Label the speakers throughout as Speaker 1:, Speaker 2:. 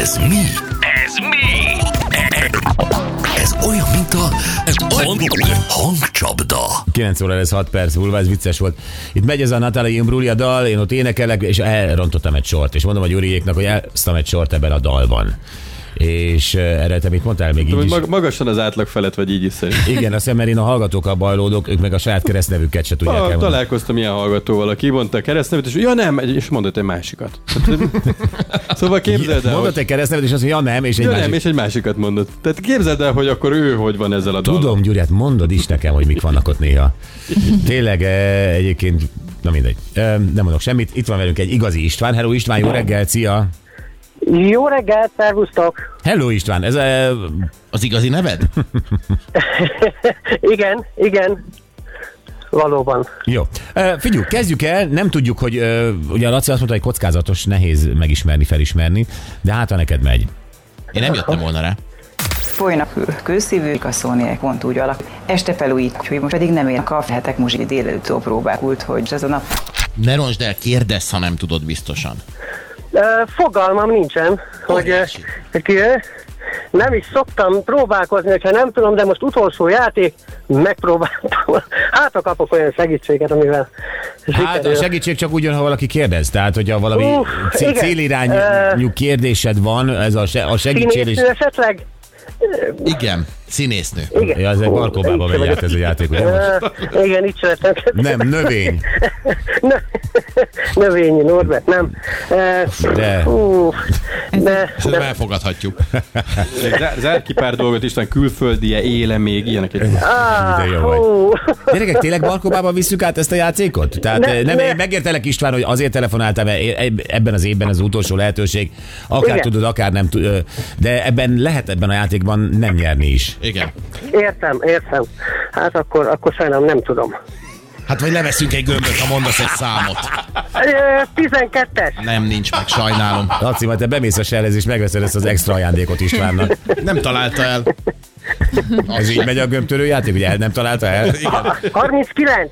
Speaker 1: Ez mi? Ez mi? Ez olyan, mint a hangcsapda.
Speaker 2: 9 óra lesz 6 perc múlva, ez vicces volt. Itt megy ez a Natalia Imbruglia dal, én ott énekelek, és elrontottam egy sort. És mondom a Gyuriéknak, hogy elsztam egy sort ebben a dalban. És eh, erre te mit mondtál még így
Speaker 3: Tudom,
Speaker 2: is?
Speaker 3: hogy mag- magasan az átlag felett vagy így iszed.
Speaker 2: Igen, azt hiszem, mert én a hallgatókkal bajlódok, ők meg a saját keresztnevüket se tudják
Speaker 3: Ah,
Speaker 2: elmondani.
Speaker 3: találkoztam ilyen hallgatóval, aki mondta a keresztnevet, és ja nem, és mondott egy másikat. Szóval képzeld el,
Speaker 2: Mondott
Speaker 3: hogy,
Speaker 2: egy keresztnevet, és azt mondja, ja nem, és egy
Speaker 3: ja
Speaker 2: másik.
Speaker 3: nem, és egy másikat mondott. Tehát képzeld el, hogy akkor ő hogy van ezzel a dallal.
Speaker 2: Tudom, Gyuri, hát mondod is nekem, hogy mik vannak ott néha. Tényleg eh, egyébként, na mindegy. Eh, Nem mondok semmit. Itt van velünk egy igazi István. Hello István, jó reggel, szia!
Speaker 4: Jó reggelt, szervusztok!
Speaker 2: Hello István, ez eh,
Speaker 5: Az igazi neved?
Speaker 4: Igen, igen, valóban.
Speaker 2: jó. Eh, Figyú, kezdjük el. Nem tudjuk, hogy eh, ugye a Laci azt mondta, hogy kockázatos, nehéz megismerni, felismerni, de hát ha neked megy.
Speaker 5: Én nem jöttem volna rá.
Speaker 6: Folynak kül- kőszívő, a szóniek pont úgy alak. Este felújít, hogy most pedig nem én kaphetek muzsi délelőttől próbálkult, hogy ez a nap
Speaker 5: Ne roncsd el, kérdezz, ha nem tudod biztosan.
Speaker 4: Ö, Fogalmam nincsen, hogy, ö,
Speaker 5: Óriási.
Speaker 4: hogy ki ő. Nem is szoktam próbálkozni, hogyha nem tudom, de most utolsó játék, megpróbáltam. Hát, ha kapok olyan segítséget, amivel
Speaker 2: Hát a
Speaker 4: sikerül.
Speaker 2: segítség csak ugyan, ha valaki kérdez. Tehát, hogyha valami
Speaker 4: Uff,
Speaker 2: c-
Speaker 4: igen.
Speaker 2: célirányú kérdésed van, ez a, se- a segítségés...
Speaker 4: Színésznő esetleg?
Speaker 5: Igen, színésznő.
Speaker 4: Igen.
Speaker 2: Ja, ez egy
Speaker 4: Ó,
Speaker 2: barkóbába
Speaker 4: itt
Speaker 2: megy
Speaker 4: vagyok.
Speaker 2: át ez a játék, ugye? most?
Speaker 4: Ö, Igen, itt sem
Speaker 2: Nem, növény.
Speaker 4: Ne- Növényi Norbert, nem. E,
Speaker 2: De.
Speaker 4: Hú, de, de
Speaker 5: Szerintem elfogadhatjuk.
Speaker 3: Zár, zár ki pár dolgot, Isten, külföldie, éle még, ilyenek. Egy...
Speaker 2: De jó vagy.
Speaker 4: hú,
Speaker 2: Gyerekek, tényleg Barkóbában visszük át ezt a játékot? Tehát
Speaker 4: Ne-
Speaker 2: ne, nem,
Speaker 4: ne.
Speaker 2: én megértelek István, hogy azért telefonáltam, mert e- ebben az évben az utolsó lehetőség, akár
Speaker 4: Igen.
Speaker 2: tudod, akár nem tudod, de ebben lehet ebben a játékban nem nyerni is.
Speaker 5: Igen.
Speaker 4: értem, értem. Hát akkor, akkor sajnálom, nem tudom.
Speaker 5: Hát vagy leveszünk egy gömböt, ha mondasz egy számot.
Speaker 4: E, 12-es.
Speaker 5: Nem, nincs meg, sajnálom.
Speaker 2: Laci, majd te bemész a sellez és megveszed ezt az extra ajándékot Istvánnak.
Speaker 5: Nem találta el.
Speaker 2: Ez így megy a gömbtörő játék, ugye el nem találta el?
Speaker 5: Igen.
Speaker 4: 39.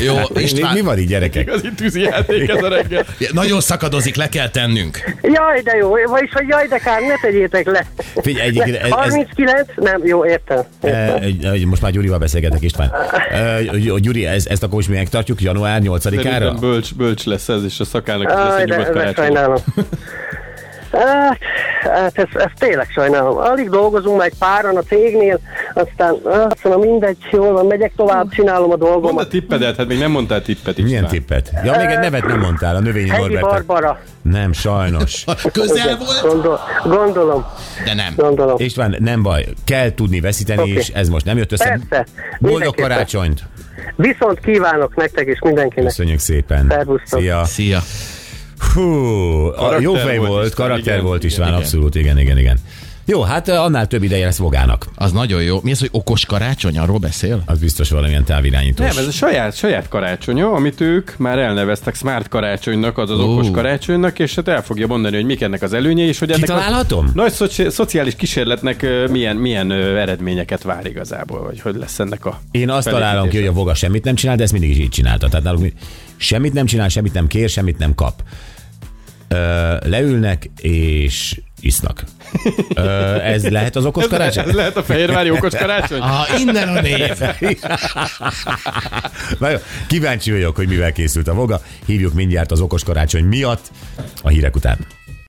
Speaker 5: Jó,
Speaker 2: Mi,
Speaker 5: István,
Speaker 2: mi van így, gyerekek?
Speaker 3: Igazi tűzijáték ez a reggel.
Speaker 5: nagyon szakadozik, le kell tennünk.
Speaker 4: Jaj, de jó. Vagyis, hogy jaj, de kár, ne tegyétek le.
Speaker 2: Figyelj, egyébként ez- ez-
Speaker 4: 39? Nem, jó, értem.
Speaker 2: E, e, most már Gyurival beszélgetek, István. E, Gy- Gyuri, ez, ezt akkor is mi megtartjuk január 8-ára?
Speaker 3: Szerintem bölcs, bölcs lesz ez, és a szakának is lesz
Speaker 4: Aj,
Speaker 3: egy
Speaker 4: de,
Speaker 3: nyugodt
Speaker 4: de
Speaker 3: karácsony.
Speaker 4: sajnálom. Hát, hát ez, ez tényleg sajnálom. Alig dolgozunk már egy páran a cégnél, aztán hát azt mondom, mindegy, jól van, megyek tovább, csinálom a
Speaker 3: Mondd a
Speaker 4: dolgomat.
Speaker 3: tippedet, hát még nem mondtál tippet, István.
Speaker 2: Milyen tippet? Ja, még egy nevet nem mondtál, a növényi
Speaker 4: Hegyi
Speaker 2: Norbert.
Speaker 4: Barbara,
Speaker 2: Nem, sajnos.
Speaker 5: Közel volt,
Speaker 4: gondol, gondolom,
Speaker 5: de nem.
Speaker 4: gondolom.
Speaker 2: István, nem baj, kell tudni veszíteni, okay.
Speaker 4: Oké.
Speaker 2: és ez most nem jött össze.
Speaker 4: Persze,
Speaker 2: Boldog
Speaker 4: mindenképpen.
Speaker 2: karácsonyt!
Speaker 4: Viszont kívánok nektek és mindenkinek.
Speaker 2: Köszönjük szépen!
Speaker 4: Szervusztok.
Speaker 2: Szia!
Speaker 5: Szia.
Speaker 2: Hú, a
Speaker 3: Karakter
Speaker 2: jó fej
Speaker 3: volt,
Speaker 2: volt,
Speaker 3: István,
Speaker 2: karakter
Speaker 3: igen.
Speaker 2: volt István,
Speaker 5: Igen.
Speaker 2: abszolút, igen, igen, igen. Jó, hát eh, annál több ideje lesz Vogának.
Speaker 5: Az nagyon jó. Mi az, hogy okos karácsony? Arról beszél?
Speaker 2: Az biztos valamilyen távirányítós.
Speaker 3: Nem, ez a saját, saját karácsonya, amit ők már elneveztek Smart karácsonynak, azaz
Speaker 5: Ó.
Speaker 3: okos karácsonynak, és hát el fogja mondani, hogy mik ennek az előnyei, és hogy ennek a
Speaker 2: Kitalálhatom?
Speaker 3: nagy szoci- szociális kísérletnek ö, milyen, milyen ö, eredményeket vár igazából, vagy hogy lesz ennek a...
Speaker 2: Én azt
Speaker 3: felépítése.
Speaker 2: találom ki, hogy a Voga semmit nem csinál, de ezt mindig is így csinálta. Tehát náluk mi- semmit nem csinál, semmit nem kér, semmit nem kap. Ö, leülnek és isznak. Ö, ez lehet az okos karácsony?
Speaker 3: Ez lehet a Fehérvári okos karácsony?
Speaker 5: Ah, innen a név.
Speaker 2: Na jó, kíváncsi vagyok, hogy mivel készült a Voga. Hívjuk mindjárt az okos karácsony miatt a hírek után.